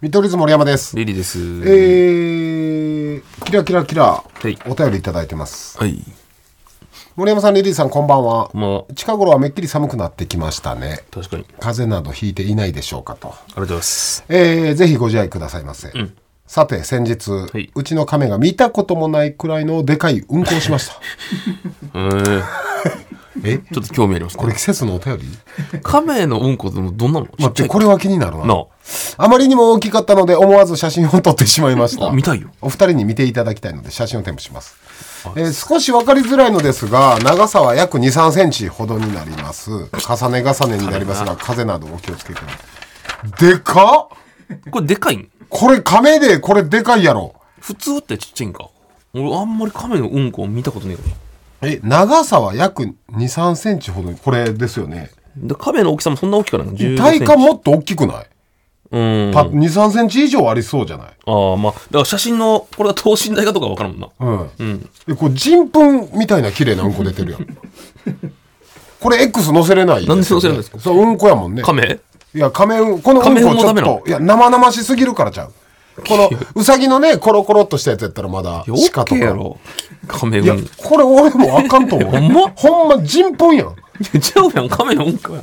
見取り図森山です。リリーです。えー、キラキラキラい、お便りいただいてます。はい。森山さん、リリーさん、こんばんは。まあ、近頃はめっきり寒くなってきましたね。確かに。ありが風邪などひいていないでしょうかと。とうございます。えー、ぜひご自愛くださいませ。さて、先日、いうちの亀が見たこともないくらいのでかい運行しま した。えー、えちょっと興味ありますこねれ。季節のお便 り亀のうんこでもどんなのち待っっちて、ゃいこれは気になるな。なあまりにも大きかったので思わず写真を撮ってしまいましあ。た あ、。見たいよ。お二人に見ていただきたいので写真を添付します、えー少し分かりづらいのですが長さは約2 3センチほどになります重ね重ねになりますが風などお気をつけくださいでかっこれでかいんこれ亀でこれでかいやろ普通ってちっちゃいんか。俺あんまり亀のうんこ見たことねえかえ長さは約2 3センチほどにこれですよねら。で亀の大きさもそんな大きくないの15体セン感チもっと大きくない、うん。た2 3センチ以上ありそうじゃないああ、まあ、だから写真の、これが等身大かとかわからんもんな。うんうん。えこれ人糞みたいな綺麗なうんこ出てるや んこれ X 載せれないよねなんで載せれないんですかそううんこやもんね亀いや、仮面、このうん仮こ面ちもょっダメなのと、いや、生々しすぎるからちゃう。この、うさぎのね、コロコロっとしたやつやったらまだ、いや、オッ鹿ケとーやか。ろ。亀うん。いや、これ俺もあかんと思う。 ほんまほんま人本やん。いや、ちゃうやん、亀のうんこや。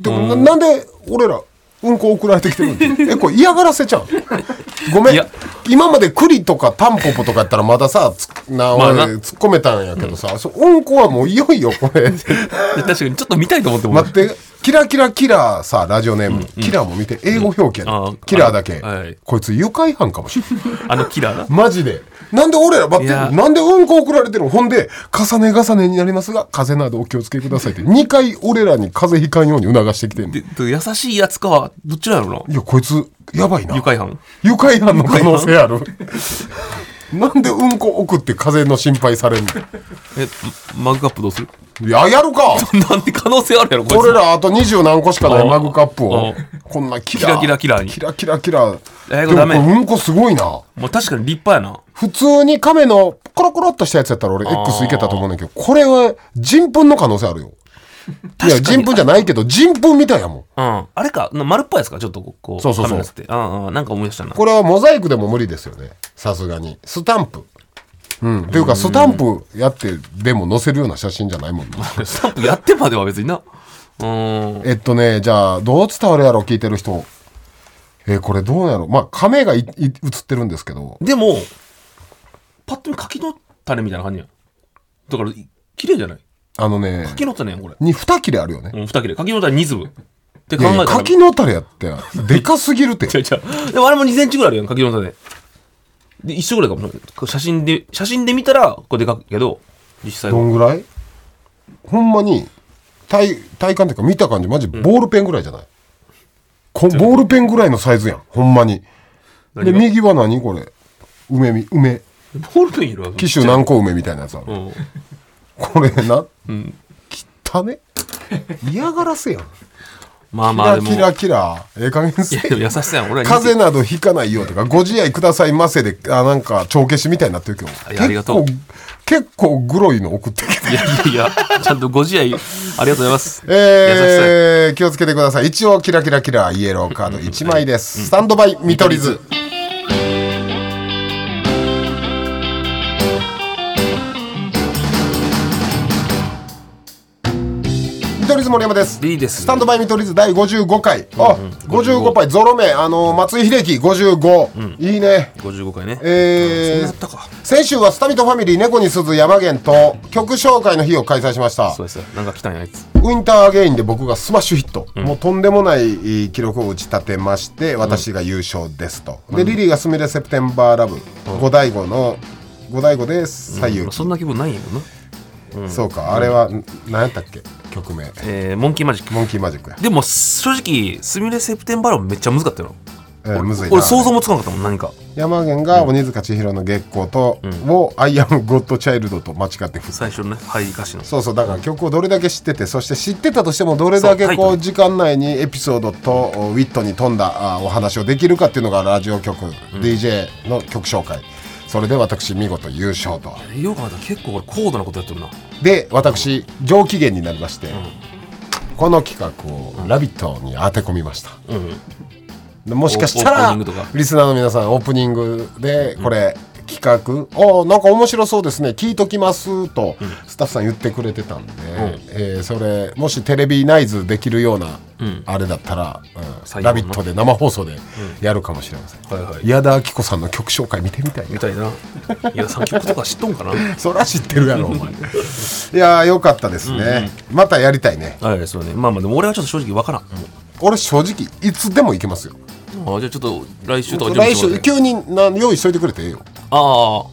でもななんで、俺ら、うんこ送られてきてる のえ、これ嫌がらせちゃうごめいんや。今まで栗とかタンポポとかやったらまださ、つな、まあ俺、な突っ込めたんやけどさ、そううんこはもういよいよこれ。確かに、ちょっと見たいと思ってもら待って、キラキラキラーさ、ラジオネーム、キラーも見て、英語表記やうんあねーキラーだけはいはい。こいつ誘拐犯かもしれない。あのキラーな。マジで。なんで俺ら待っていやなんでうんこ送られてるのほんで、重ね重ねになりますが、風邪などお気をつけください って、2回俺らに風邪ひかんように促してきてんの。いでで優しいやつかは、どっちなんやろな。や、こいつ、やばいな。愉快犯。愉快犯の可能性ある。 なんでうんこ送って風邪の心配されんのえ、マグカップどうする いや、やるかなんて可能性あるやろ、こ俺れ。らあと二十何個しかないあマグカップをあこんなキラキラキラキラにキラキラキラで英語もダこメれうんこすごいなまあ、確かに立派やな。普通に亀のコロコロっとしたやつやったら俺 X いけたと思うんだけどこれは人糞の可能性あるよいや確か人に糞じゃないけど人糞みたいやもんうん。あれか、な丸っぽいやつか、ちょっとこう、こうそうそうそうカメラつって。うんうん。なんか思い出したな。これはモザイクでも無理ですよねさすがにスタンプうんというかスタンプやってでも載せるような写真じゃないもんなスタンプやってまでは別にな。うん。えっとねじゃあどう伝わるやろ聞いてる人えーこれどうやろまあ亀がいい写ってるんですけどでも、パッと見柿の種みたいな感じやん。だから、い綺麗じゃないあのね柿の種やん、これ。に2切れあるよねうん、二切れ。柿の種2粒。って考いやえいたやら。柿の種やってでかすぎるって違う違う。でもあれも2センチぐらいあるやん、柿の種。で、一緒ぐらいかもしれない。こう写真で、写真で見たら、これでかくけど、実際どは。んぐらいほんまに体体感っていうか見た感じマジボールペンぐらいじゃない、こボールペンぐらいのサイズやんほんまにで何が右は何これ梅み梅ボールペンいるわ。紀州南高梅みたいなやつあるうん。これなうん。汚ね嫌がらせやんまあキまあ、ラでも。キラキラええ加減いせや、でも優しさやん。俺は風邪などひかないようとか、ご自愛くださいませで、あ、なんか、帳消しみたいになってるけど。いやありがとう結構、結構グロいの送って きて。いやいやいや、ちゃんとご自愛、ありがとうございます。優しえー、気をつけてください。一応、キラキラキラ、イエローカード1枚です。スタンドバイ、見取り図。見取り図森山ですさ。。いいです。スタンドバイ見取り図第55回。あ、55回、ゾロ目、あのー、松井秀喜55。いいね。 55回ね。えそんなあーったか。先週はスタミトファミリー猫に鈴山源と曲紹介の日を開催しましたそうですよ。なんか来たんや、あいつ。ウィンターアゲインで僕がスマッシュヒット、もうとんでもないえー記録を打ち立てまして私が優勝ですと、でリリーが「スミレセプテンバーラブ」五大五の五大五で左右、まあそんな気分ないんやけどな。そうかあれはん何やったっけ曲名えー、モンキーマジック。モンキーマジックや、でも、正直、スミレセプテンバラもめっちゃ難かったよ。えーむずいな俺、想像もつかなかったもん、何か。山源が鬼塚千尋の月光と、を「アイアムゴッドチャイルド」と間違って振った最初のね、入り歌詞の。そうそうだから曲をどれだけ知っててそして知ってたとしてもどれだそけうタイこトうル時間内にエピソードとおウィットに富んだあお話をできるかっていうのがラジオ局、DJ の曲紹介それで私見事優勝とよく考えたら結構俺高度なことやってるな。で私上機嫌になりまして、この企画を「ラビット!」に当て込みました、もしかしたオーらプニングとかリスナーの皆さんオープニングでこれ企画「ああなんか面白そうですね聞いときます」とスタッフさん言ってくれてたんで、えーそれもしテレビナイズできるようなあれだったら「うん最後ラのビット!」で生放送でやるかもしれません、はいはい矢田亜希子さんの曲紹介見てみたいなみたいな。いや、作曲とか知っとんかなそら知ってるや ろお前いやーよかったですね、またやりたいねはい、そうね。まあまあ、でも俺はちょっと正直わからん。俺正直いつでも行けますよああ、じゃあちょっと来週とか準備来してもらっ週て急にな用意しといてくれてええよあ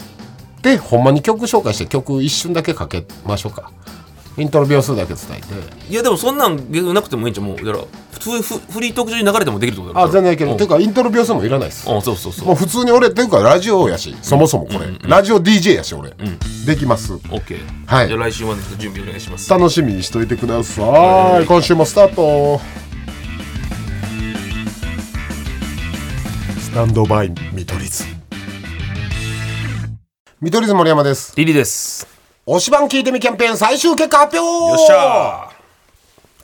でほんまに曲紹介して曲一瞬だけかけましょうかイントロ秒数だけ伝えてあ。いや、でもそんなん逆になくてもいいんちゃうもう、だから、普通フ、フリートーク上に流れてもできるってことだあ全然いけうるんていうかイントロ秒数もいらないですあそうそうそう。もう普通に俺っていうかラジオやしそもそもこれ、ラジオ DJ やし俺、できますオッケー。はいじゃあ来週まで準備お願いします。楽しみにしといてください今週もスタートスタンドバイ見取り図見取り図森山ですリリです。推しバン聞いてみキャンペーン最終結果発表よっしゃー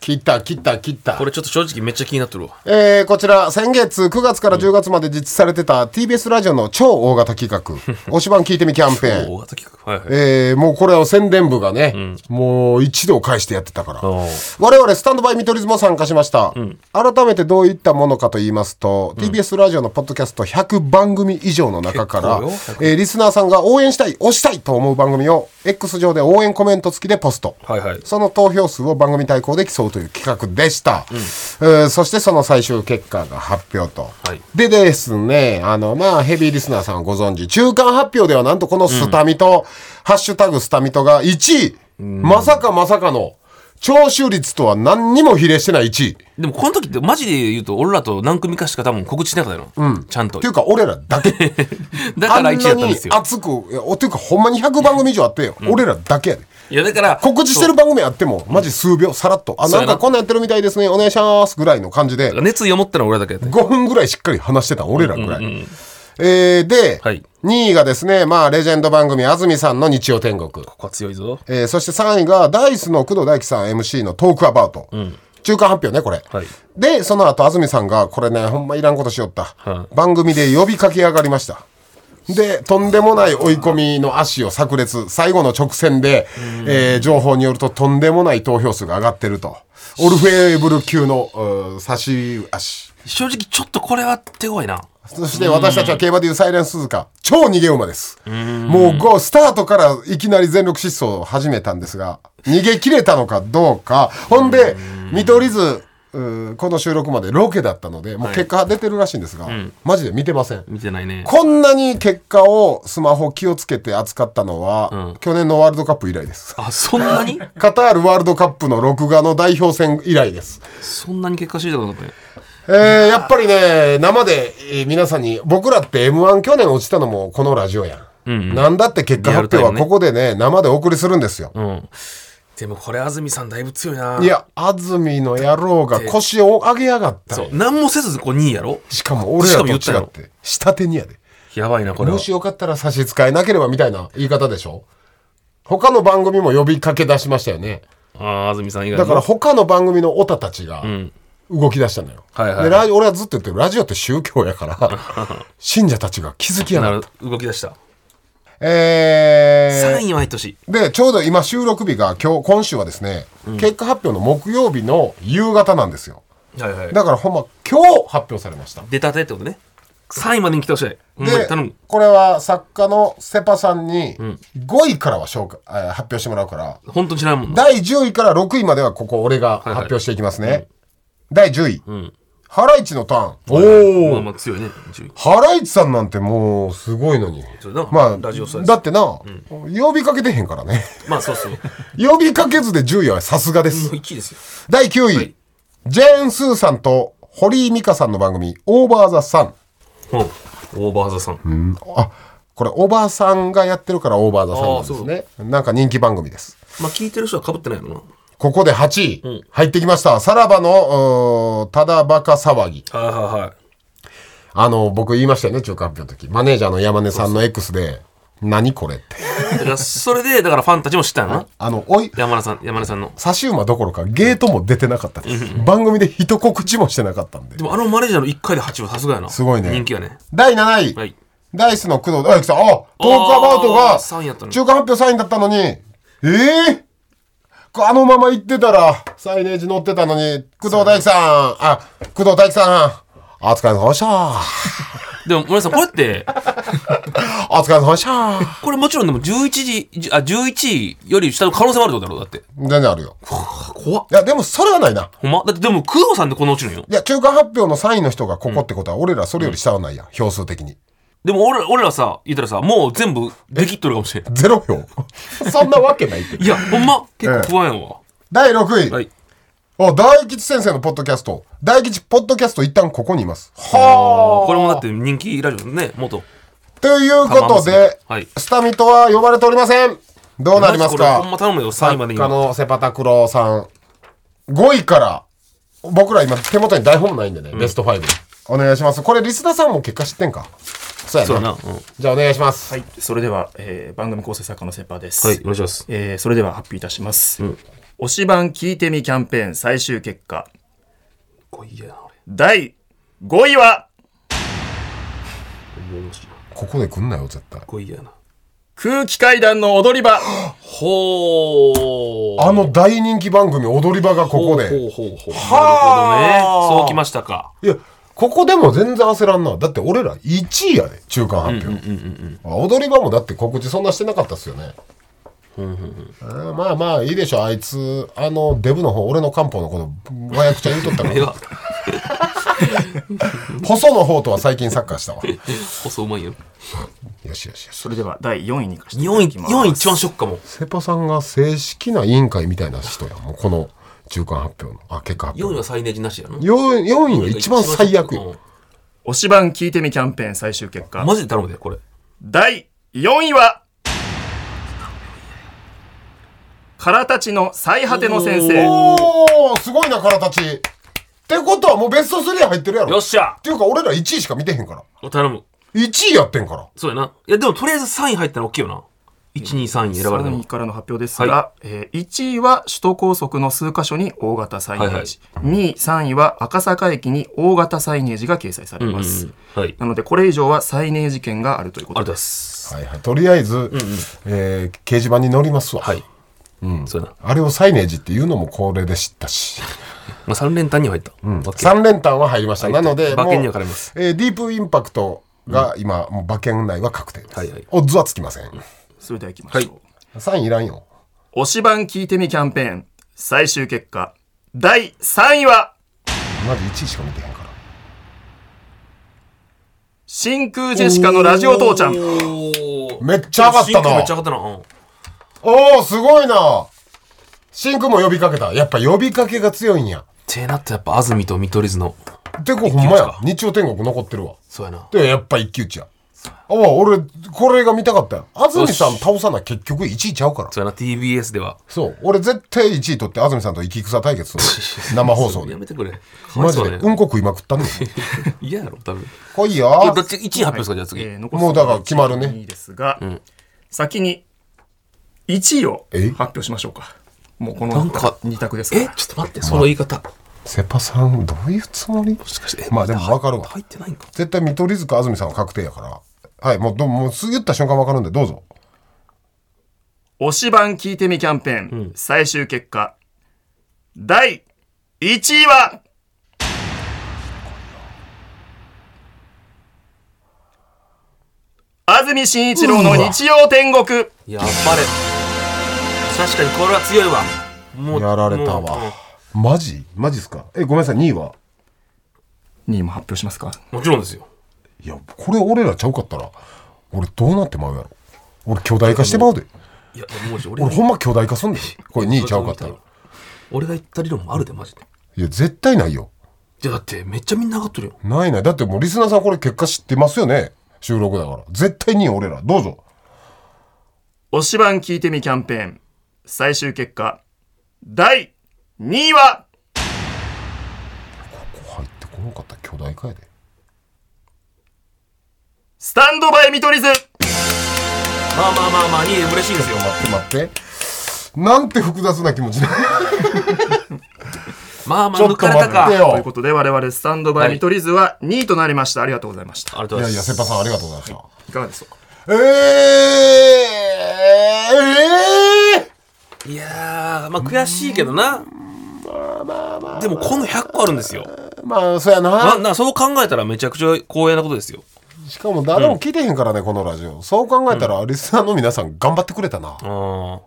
切った切った切ったこれちょっと正直めっちゃ気になってるわ。えーこちら先月9月から10月まで実施されてた TBS ラジオの超大型企 画「推しバン聞いてみキャンペーン」大型企画。はいはい。えーもうこれを宣伝部がね、もう一度返してやってたからおう我々スタンドバイ見取り図も参加しました、改めてどういったものかと言いますと、TBS ラジオのポッドキャスト100番組以上の中から結、構えーリスナーさんが応援したい推したいと思う番組を X 上で応援コメント付きでポスト、はいはい。その投票数を番組対抗で競うという企画でした、えーそしてその最終結果が発表と、はいでですねあのまあヘビーリスナーさんはご存知中間発表ではなんとこのスタミト、ハッシュタグスタミトが1位、まさかまさかの聴取率とは何にも比例してない1位でもこの時ってマジで言うと、俺らと何組かしか多分告知しなかったの。うん。ちゃんとってい。うか俺らだけ だあかんなら1にだったんですよ。熱くいやおっていうかほんまに100番組以上あって、俺らだけやでいや、だから、告知してる番組あってもマジ数秒さらっと「あそうなやんなかこんなんやってるみたいですねお願いします」ぐらいの感じで熱意を持ったのは俺らだけやった。 5分ぐらいしっかり話してた俺らぐらい。えーで、はい2位がですね、まあ、レジェンド番組、安住さんの日曜天国。ここは強いぞ。えーそして3位が、ダイスの工藤大樹さん MC のトークアバウト。中間発表ね、これ。はいで、その後、安住さんが、これね、ほんまいらんことしよった。は番組で呼びかけ上がりました。で、とんでもない追い込みの足を炸裂。最後の直線で、えー情報によると、とんでもない投票数が上がってると。オルフェーブル級の、うん差し足。正直ちょっとこれは手強いな。そして私たちは競馬でいうサイレンスズカ、超逃げ馬です。もうゴースタートからいきなり全力疾走を始めたんですが、逃げ切れたのかどうか。ほんで、見取り図、うーこの収録までロケだったので、もう結果出てるらしいんですが、マジで見てません。見てないね。こんなに結果をスマホ気をつけて扱ったのは、去年のワールドカップ以来です。あ、そんな にカタールワールドカップの録画の代表戦以来です。そんなに結果知りたくなかったね。えーやっぱりね、生で、えー皆さんに、僕らって M1 去年落ちたのもこのラジオやん。なんだって結果発表リアルタイはムねここでね、生でお送りするんですよ。うん。でもこれ安住さんだいぶ強いな。い。や、安住の野郎が腰を上げやがったそね。う。何もせずこう2位やろしかも俺らと違っしかも言ったて、下手にやで。やばいな、これはも。しよかったら差し支えなければみたいな言い方でしょ他の番組も呼びかけ出しましたよね。ああ、安住さん以外だにから他の番組のオタたちが動き出したのよ。はいはいはいでラジ俺はずっと言ってる、ラジオって宗教や から、信者たちが気づきやながっる動き出した。た。えー、 3位は毎年。で、ちょうど今収録日が今日、今週はですね、結果発表の木曜日の夕方なんですよ。はいはい。だからほんま今日発表されました。出たてってことね。3位までに来てほしい。ほんまにで頼む。、これは作家のセパさんに5位からは紹介、えー発表してもらうから、本当に知らんもんな。第10位から6位まではここ俺が発表していきますね。第10位、ハライチのターン。おまあまあ強いね。順位ハライチさんなんてもうすごいのに。そうだなまあ、ラジオさんだってな、呼びかけてへんからね。まあそうそう。も呼びかけずで10位はさすがですう。1位ですよ。第9位、はいジェーン・スーさんと堀井美香さんの番組「オーバー・ザ・サンうん。オーバーザさん。」あこれおばさんがやってるから「オーバー・ザ・サン」なんあですねなんか人気番組ですまあ聞いてる人は被ってないのな。ここで8位、入ってきましたさらばのうーただバカ騒ぎはいはいはい。あの僕言いましたよね中間発表の時マネージャーの山根さんの X で何これって。だからそれでだからファンたちも知ったんやなあの、おい、山田さん山田さんの差し馬どころかゲートも出てなかったです。番組で一告知もしてなかったんでで。もあのマネージャーの1回で8はさすがやなすごいね人気やね第7位、はいダイスの工藤大樹さん、あトークアバウトあがー三位やったの中間発表3位だったのに、ええあのまま行ってたら、サイネージ乗ってたのに、工藤大樹さん、あ、工藤大樹さん、お疲れ様でした。でも森さんこれってお疲れ様でした。これもちろんでも11時じあ11位より下の可能性もあるってことだろだって全然あるよ。あ怖っいや、でもそれはないな。ほんまだってでも工藤さんってこの落ちるんよいや、中間発表の3位の人がここってことは、俺らそれより下はないやん、票数的に。でも俺ら俺らさ言ったらさもう全部できっとるかもしれんゼロ票。そんなわけないっていやほんま結構不安やわ、第6位、はいお大吉先生のポッドキャスト。大吉ポッドキャスト一旦ここにいます。こはれもだって人気ラジオね元あ。ということで、玉結びはいスタミとは呼ばれておりません。どうなりますマジこれほんかま頼むよ3位ま作で家今のセパタクローさん。5位から、僕ら今手元に台本もないんでね、ベスト5。お願いします。これリスナーさんも結果知ってんかそうやそうな。やな、うん、はじゃあお願いします。はい、それでは、えー番組構成作家のセッパーです。いお願いしますえーそれでは発表いたします。推し版聞いてみキャンペーン最終結果、 5位やな俺第5位は、ここで来んなよ、絶対。 5位やな空気階段の踊り場。ほーあの大人気番組、踊り場がここで。ほうほうほうほうなるほどねそうきましたかいや、ここでも全然焦らんな。だって俺ら1位やで、中間発表。あ踊り場もだって告知そんなしてなかったっすよね。あーまあまあいいでしょあいつあのデブの方俺の漢方のこと和訳ちゃん言うと ったか目らが細の方とは最近サッカーしたわよ細うまいよしよしよしそれでは第4位に行かせていた4だ位きます。 4位一番ショックかもセパさんが正式な委員会みたいな人やもうこの中間発表のあ結果発4位表は最年次なしやな 4, 位が一番最悪うよん推し版聞いてみキャンペーン最終結果、マジで頼むでこれ第4位は、空たちの最果ての先生。おーすごいなからたちってことはもうベスト3入ってるやろよっしゃっていうか俺ら1位しか見てへんからお頼む1位やってんからそうやないやでもとりあえず3位入ったの大きいよな123位選ばれた3の位からの発表ですが、えー1位は首都高速の数箇所に大型サイネージ、2位、3位は赤坂駅に大型サイネージが掲載されうんうんまうす。んはいなので、これ以上はサイネージ券があるというこあとりがとうございで。ますすはいはい、とりあえず、えー掲示板に載りますわ、はいそうやなあれをサイネージっていうのもこれで知ったしまあ3連単には入ったオッケー3連単は入りました、なので馬券にはもう絡みますえーディープインパクトが今、もう馬券内は確定です、はいはいオッズはつきません、それでは行きましょう。は3位いらんよ推し版聞いてみキャンペーン、最終結果、第3位は、まず1位しか見てへんから真空ジェシカのラジオ父ちゃん。めっちゃ上がったなシンクめっちゃ上がったなうんおおすごいなシンクも呼びかけたやっぱ呼びかけが強いんやてなったらやっぱ安住と見取り図のてこほんま一騎や打ちか日曜天国残ってるわそうやなでやっぱ一騎打ちやあ俺これが見たかったよ安住さん倒さな結局1位ちゃうからそうやな TBS ではそう俺絶対1位取って安住さんと生き草対決 する生放送でやめてくれマジでかわいそううやねんこ食いまくっ たね嫌やろ多分来いこれよどっち1位発表ですかじゃあ次えーもうだから決まるねいいですが、先に1位をえ発表しましょうか。もうこなのんか2択ですかえら。ちょっと待ってその言い方もセパさんどういうつもりしかしてまあでも分かるわ入ってないんか絶対見取り図か安住さんは確定やからはいもうどもうすぐ言った瞬間分かるんでどうぞ推し版聞いてみキャンペーン、最終結果、第1位は、安住紳一郎の日曜天国。やっぱり確かにこれは強いわもうやられたわもマジマジっすかえごめんなさい2位は2位も発表しますかうもちろんですよいやこれ俺らちゃうかったら俺どうなってまうやろ俺巨大化してまうでいやもう俺俺ほんま巨大化すんでこれ2位ちゃうかったらい俺が言った理論もあるでマジでや絶対ないよいやだってめっちゃみんな上がってるよないない。だってもうリスナーさんこれ結果知ってますよね。収録だから。絶対に俺ら。どうぞ。推し版聞いてみキャンペーン、最終結果、第2位は、ここ入ってこなかったら巨大化やで。スタンドバイ見取り図まあまあまあまあ、2で嬉しいですよ。待ってなんて複雑な気持 ちだまあまちあ、ょ抜っとかれ待たっかて。というよことで我々スタンドバイはい見取り図は2位となりましたありがとうございましたありがとういごやざいいまやす。セッパさんありがとうございました、いかがでしょうかえええいやー、まあ悔しいけどな。でもこの100個あるんですよ。えまあそうやなななそう考えたらめちゃくちゃ光栄なことですよ。しかも誰も聞いてへんからね、このラジオそう考えたら、リスナーの皆さん頑張ってくれたな、うん。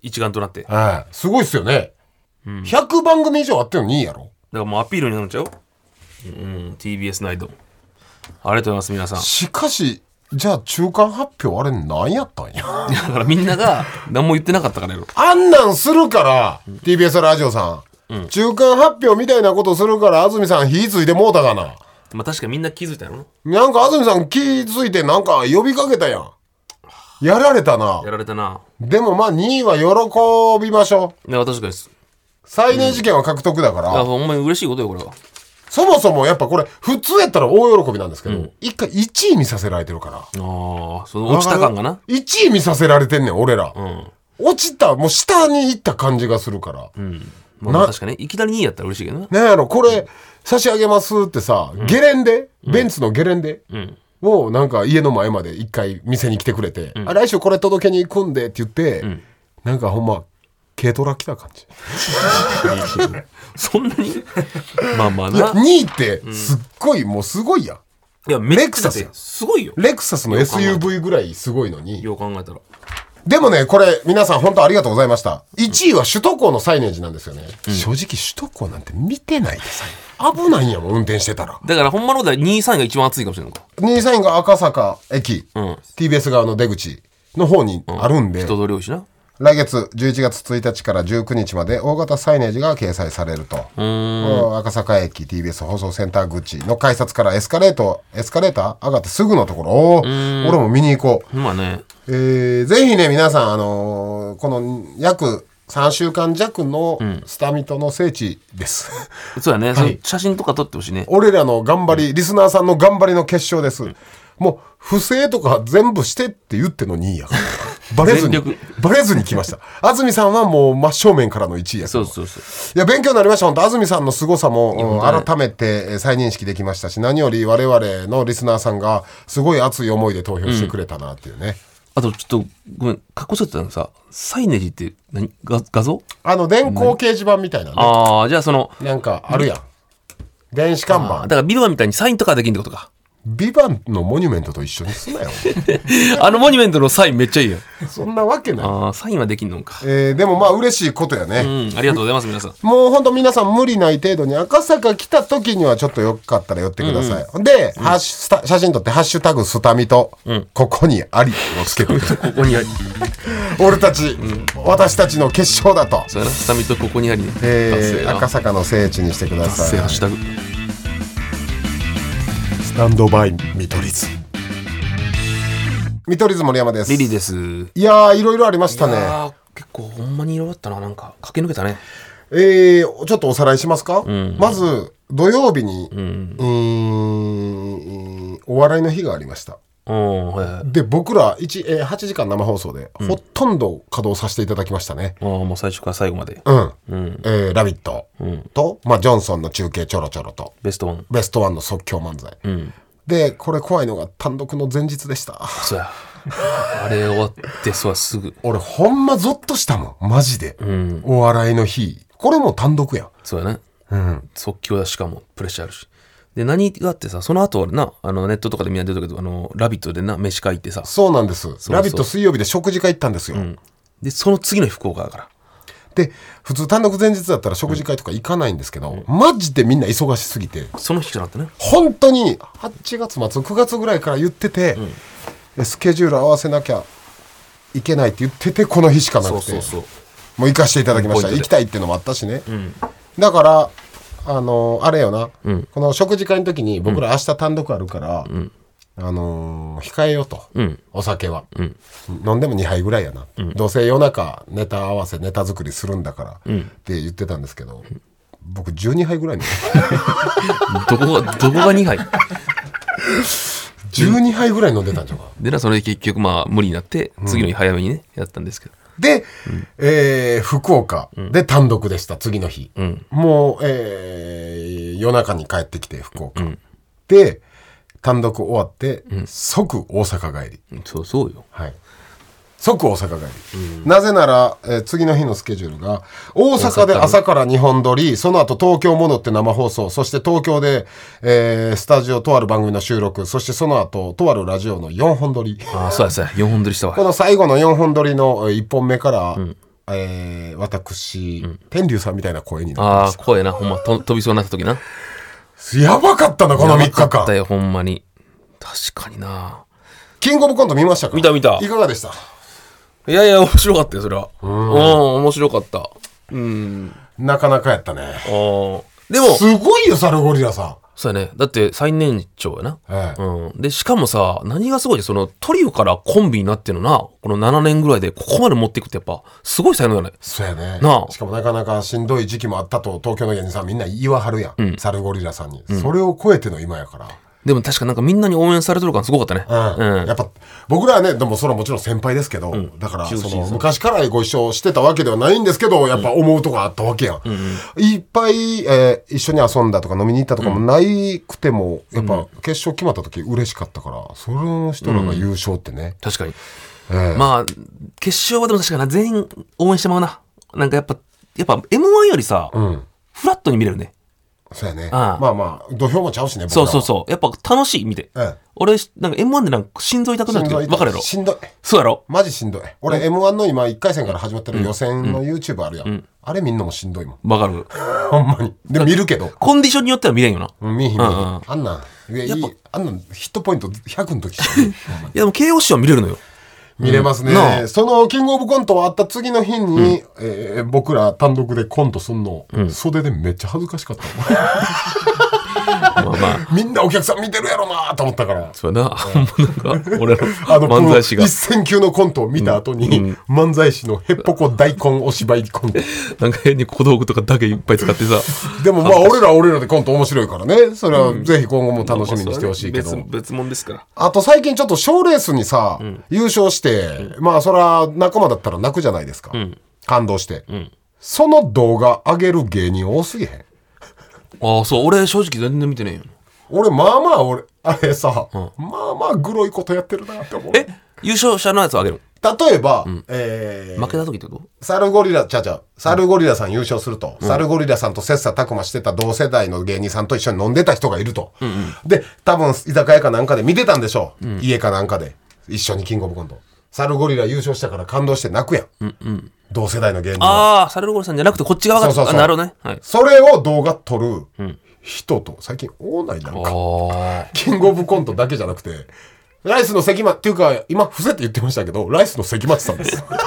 一丸となって。だかはいすごいっすよね、100番組以上あってんのにいいやろらもうアピールになるんちゃううん、TBS ナイト。ありがとうございます、皆さん。しかしじゃあ中間発表あれ何やったんや だからみんなが何も言ってなかったからやろ。あんなんするから TBS ラジオさん、中間発表みたいなことするから安住さん火ついてもうたかなまあ確かにみんな気づいたやろななんか安住さん気ついてなんか呼びかけたやんやられたなやられたな。でもまあ2位は喜びましょういや、確かです。最年事件は獲得だから、あ、ほんまに嬉しいことよ、これは。そもそもやっぱこれ普通やったら大喜びなんですけど、一回1位見させられてるからああ、その落ちた感がな。 1位見させられてんねん俺ら、うん。落ちたもう下に行った感じがするから、うん。まあな確かに、いきなり2位やったら嬉しい けどな。なんやろこれ差し上げますってさ、ゲレンデベンツのゲレンデうん。をなんか家の前まで一回店に来てくれて、あ来週これ届けに行くんでって言って、なんかほんま軽トラ来た感じそんなにまあまあいやな。 2位ってすっごい、もうすごいやんいや、めっレクちサゃスよすごいよ。レクサスのよう考えた SUV ぐらいすごいのによう考えたら。でもね、これ、皆さん本当ありがとうございました。1位は首都高のサイネージなんですよね。正直、首都高なんて見てないでさ。危ないんやもん、運転してたら。だから、ほんまのことは2、3が一番熱いかもしれないのか。 2位サインが赤坂駅、ん TBS 側の出口の方にあるんで、人通り多いしな。来月11月1日から19日まで大型サイネージが掲載されると。うん赤坂駅 TBS 放送センター口の改札からエスカレート、エスカレーター上がってすぐのところ、おー俺も見に行こう。まあね。えーぜひね、皆さん、あのーこの約3週間弱のスタミトの聖地です。 そうやね。その写真とか撮ってほしいね。俺らの頑張り、リスナーさんの頑張りの結晶です。もう、不正とか全部してって言っての2位やから。 バレずに全力、バレずに来ました。安住さんはもう真正面からの1位やからそうそうそいう。や、勉強になりました。本当安住さんの凄さも、うん改めてえー再認識できましたし、何より我々のリスナーさんが、すごい熱い思いで投票してくれたなっていうね。あと、ちょっと、ごめん、かっこつけてたのさ、サイネジって何、画画像あの、電光掲示板みたいなね。ああ、じゃあその、なんかあるやん。電子看あーだ板。からビルマみたいにサインとかできんってこと か。ビバンのモニュメントと一緒にすなよ。あのモニュメントのサインめっちゃいいやん。 そんなわけない。ああ、サインはできんのか。 えーでもまあ嬉しいことやうね。ん、ありがとうございます、皆さん。もうほんと皆さん無理ない程度に赤坂来た時にはちょっとよかったら寄ってください。で、ハッシュスタ写真撮ってハッシュタグスタミと、ここにありをつけてくれたここにあり。俺たち、私たちの結晶だと。 そうやな、スタミとここにありね。えー赤さ。坂の聖地にしてくだ達さ成ハッい。シュタグ。スタンドバイ見取り図。見取り図森山です。リリーです。いやー、いろいろありましたね。ああ、結構ほんまに色々あったな、なんか、駆け抜けたね。えー、ちょっとおさらいしますか、まず土曜日に、うーんお笑いの日がありましたうん、はいはい。で僕ら一えー8時間生放送で、ほとんど稼働させていただきましたねああ、もう最初から最後まで。うん、うん、えーラビット」と、まあ「ジョンソン」の中継ちょろちょろとベストワン。「ベストワン」の即興漫才、んでこれ怖いのが単独の前日でしたそうや。あれ終わって、そうや、すぐ。俺ほんまゾッとしたもんマジで、うん、お笑いの日これも単独やんそうやね。うん即興だしかもプレッシャーあるしで何があってさその後はなあのネットとかでみんな出てるけど「あのラビット!」でな飯会行ってさそうなんですうラビット!」水曜日で食事会行ったんですよ、でその次の日福岡だからで普通単独前日だったら食事会とか行かないんですけど、マジでみんな忙しすぎてその日じゃなくてね本当に8月末9月ぐらいから言ってて、えスケジュール合わせなきゃいけないって言っててこの日しかなくそてうそうそうもう行かしていただきましたポイントで行きたいっていうのもあったしね、だからあのあれよな、この食事会の時に僕ら明日単独あるから、あのー控えようと、んお酒は、飲んでも2杯ぐらいやな、どうせ夜中ネタ合わせネタ作りするんだから、って言ってたんですけど僕12杯ぐらいにどこがどこが2杯12杯ぐらい飲んでたんじゃんか。でな、それで結局まあ無理になって、次の日早めにね、やったんですけど。で、えー福岡で単独でした、次の日。んもう、えー夜中に帰ってきて、福岡。で、単独終わって、即大阪帰り。うんそうそうよ。はい。即大阪帰り。なぜなら、えー次の日のスケジュールが、大阪で朝から日本撮り、その後東京戻って生放送、そして東京で、えースタジオとある番組の収録、そしてその後とあるラジオの4本撮り。ああ、そうやそうや。4本撮りしたこわ。の最後の4本撮りの1本目から、えー私、天竜さんみたいな声になってあまあ、怖いな。ほんま、と飛びそうになった時な。す。やばかったな、この3や日ばかった間。よ、ほんまに。確かにな。キングオブコント見ましたか見た見たいかがでしたいやいや、面白かったよ、それは。うん、面白かった。うん。なかなかやったね。あーでも、すごいよ、サルゴリラさそうやね。だって最年長やな。ん。はいうん。で、しかもさ、何がすごいって、そのトリオからコンビになってのな、この7年ぐらいでここまで持っていくってやっぱ、すごい才能じゃないそうやねなあしかもなかなかしんどい時期もあったと東京の芸人さんみんな言わはるやん、サルゴリラさんに、それを超えての今やから、でも確かなんかみんなに応援されてる感すごかったね。うんやっぱ僕らはねでもそれはもちろん先輩ですけど、だからその昔からご一緒してたわけではないんですけどやっぱ思うとこあったわけやん、いっぱい、えー一緒に遊んだとか飲みに行ったとかもないくても、やっぱ決勝決まった時嬉しかったからその人らが優勝ってね、確かに。ええまあ、決勝はでも確かにな、全員応援してまうな。なんかやっぱ、やっぱ M1 よりさ、うんフラットに見れるね。そうやねああまあまあ土俵もちゃうしね僕らそうはそうそう。やっぱ楽しい、見て。ええ俺、なんか M1 でなんか心臓痛くなるってしんどい分かるやろしんどいそうやろマジしんどい。俺、M1 の今、1回戦から始まってる予選の YouTube あるやん。あれ見んのもしんどいもん。分かる。ほんまに。で、見るけど。コンディションによっては見れんよな。うん見えひん見えひんうんうんあんなん、いやいやっいぱあんなんヒットポイント100の時し か見えへんほんまにいや、でも KOC は見れるのよ。見れますね、なあそのキングオブコント終わった次の日に、えー僕ら単独でコントすんの、袖でめっちゃ恥ずかしかった。 まあまあ、みんなお客さん見てるやろなと思ったから。そうやな。ほんま なんか、俺の あの、こ漫の才師が一、戦級のコントを見た後に、漫才師のヘッポコ大根お芝居 コント。なんか変に小道具とかだけいっぱい使ってさ。でもまあ俺らは俺らでコント面白いからねそれはぜひ今後も楽しみにしてほしいけど、別、別物ですから。あと最近ちょっと賞レースにさ、優勝して、まあそら仲間だったら泣くじゃないですか、感動して、その動画上げる芸人多すぎへんああ、そう、俺正直全然見てねえよ。俺まあまあ俺あれさ、まあまあグロいことやってるなって思うえ優勝者のやつをあげる例えば、えーの負けた時ってことサルゴリラ、ちゃうちゃう、サルゴリラさん優勝すると、サルゴリラさんと切磋琢磨してた同世代の芸人さんと一緒に飲んでた人がいると。で、多分、居酒屋かなんかで見てたんでしょう、家かなんかで。一緒にキングオブコント。サルゴリラ優勝したから感動して泣くやん。同世代の芸人は。ああ、サルゴリさんじゃなくてこっち側が。そうそうそうあなるほどね。はい。それを動画撮る人と、最近多ないなんか。あキングオブコントだけじゃなくて、ライスの関町、っていうか、今、伏せって言ってましたけど、ライスの関町さんです。あ。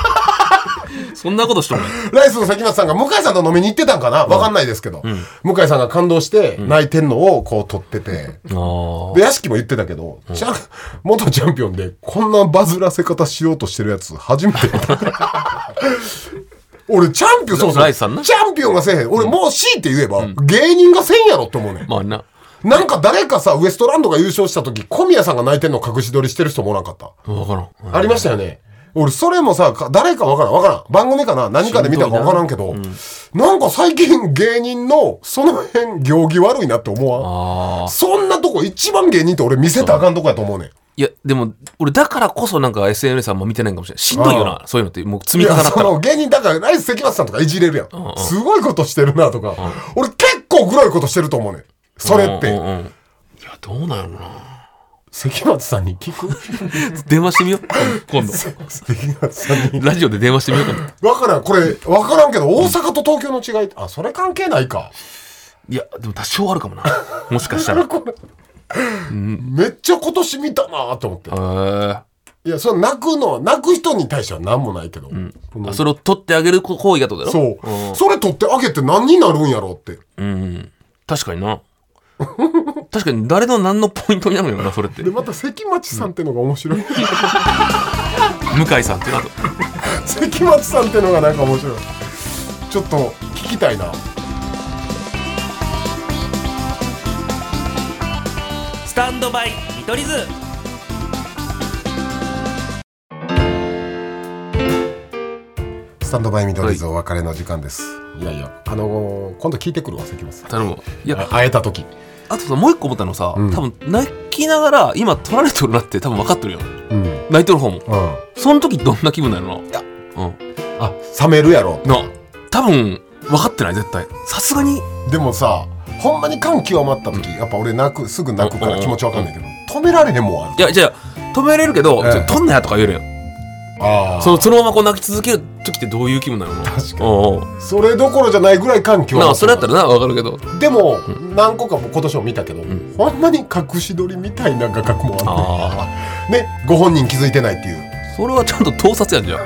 そんなことしてもない。ライスの関松さんが向井さんと飲みに行ってたんかなわかんないですけど、向井さんが感動して泣いてんのをこう撮ってて、あで、屋敷も言ってたけど、ちゃん元チャンピオンでこんなバズらせ方しようとしてるやつ初めて見た。 俺、チャンピオン、そうそラう。イスチさんなャンピオンがせえへん。俺、もう強いて言えば、芸人がせんやろって思うねんあ。。まあな。なんか誰かさ、ウエストランドが優勝した時、小宮さんが泣いてんの隠し撮りしてる人もおらんかった。わからん。うんありましたよね。俺、それもさ、か誰かわからん、わからん。番組かな何かで見たかわからんけど、なんか最近芸人の、その辺、行儀悪いなって思わん。ああ。そんなとこ一番芸人って俺見せたらあかんとこやと思うねん。いや、でも、俺だからこそなんか SNS あんま見てないかもしれない。しんどいよな、そういうのって。もう積いみ重や、なっそたら。の芸人だから、ライス関松さんとかいじれるやんうんん。すごいことしてるなとか。俺結構グロいことしてると思うねん。それっうんうて。んうんいや、どうなんやろな。関松さんに聞く電話してみよう。 今度。関松さんに。ラジオで電話してみようかな。わからん、これ、わからんけど、大阪と東京の違いって、あ、それ関係ないか。いや、でも多少あるかもな。もしかしたら。へめっちゃ今年見たなと思って。え。いや、その泣くの、泣く人に対しては何もないけど。このあそれを取ってあげる行為がってことだろそう、それ取ってあげて何になるんやろうって。うん。確かにな。確かに誰の何のポイントになるのよな、それって。で、向また関町さんってのが面白い。 井さんってなと。関町さんってのがなんか面白い。ちょっと聞きたいな。スタンドバイ見取り図スタンドバイミドリーズお別れの時間です。い、やいや、あのー今度聞いてくるわ、関ます。頼むわいやあ会えた時。あとさもう一個思ったのさ、多分泣きながら今取られとるなって多分分かってるようん。うん。泣いてる方もあ、その時どんな気分なのいやうん冷めるやろ。な多分分かってない絶対さすがにでもさ、ほんまに感極まった時、やっぱ俺泣く、すぐ泣くかうらん気持ちわかんないけど、止められへんもんあるい。やじゃあ止めれるけど、ええちょ取んなやとか言えるよああ。そのそのままこう泣き続ける時ってどういう気分なの確かに。おうおうそれどころじゃないぐらい環境なんかそれやったらな分かるけどでも、何個かも今年も見たけど、ほんまに隠し撮りみたいな画角もあってねご本人気づいてないっていうそれはちゃんと盗撮やんじゃん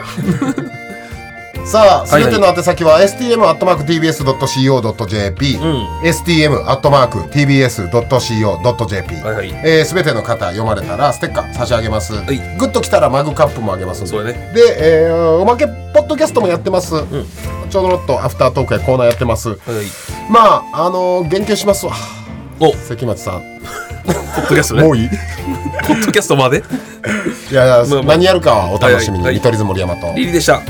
さあはい全ての宛先は stm.tbs.co.jp ん stm.tbs.co.jp はいはいえー、全ての方読まれたらステッカー差し上げます、いグッときたらマグカップもあげますんでそうやねで、えーおまけポッドキャストもやってます、ちょうどロッとアフタートークやコーナーやってますはいはいまああのー、言及しますわおポ関町さんッドキャストねもういいポッドキャストまでいやいや、まあまあ何やるかはお楽しみに、はいはいはい見取り図森山とリリーでした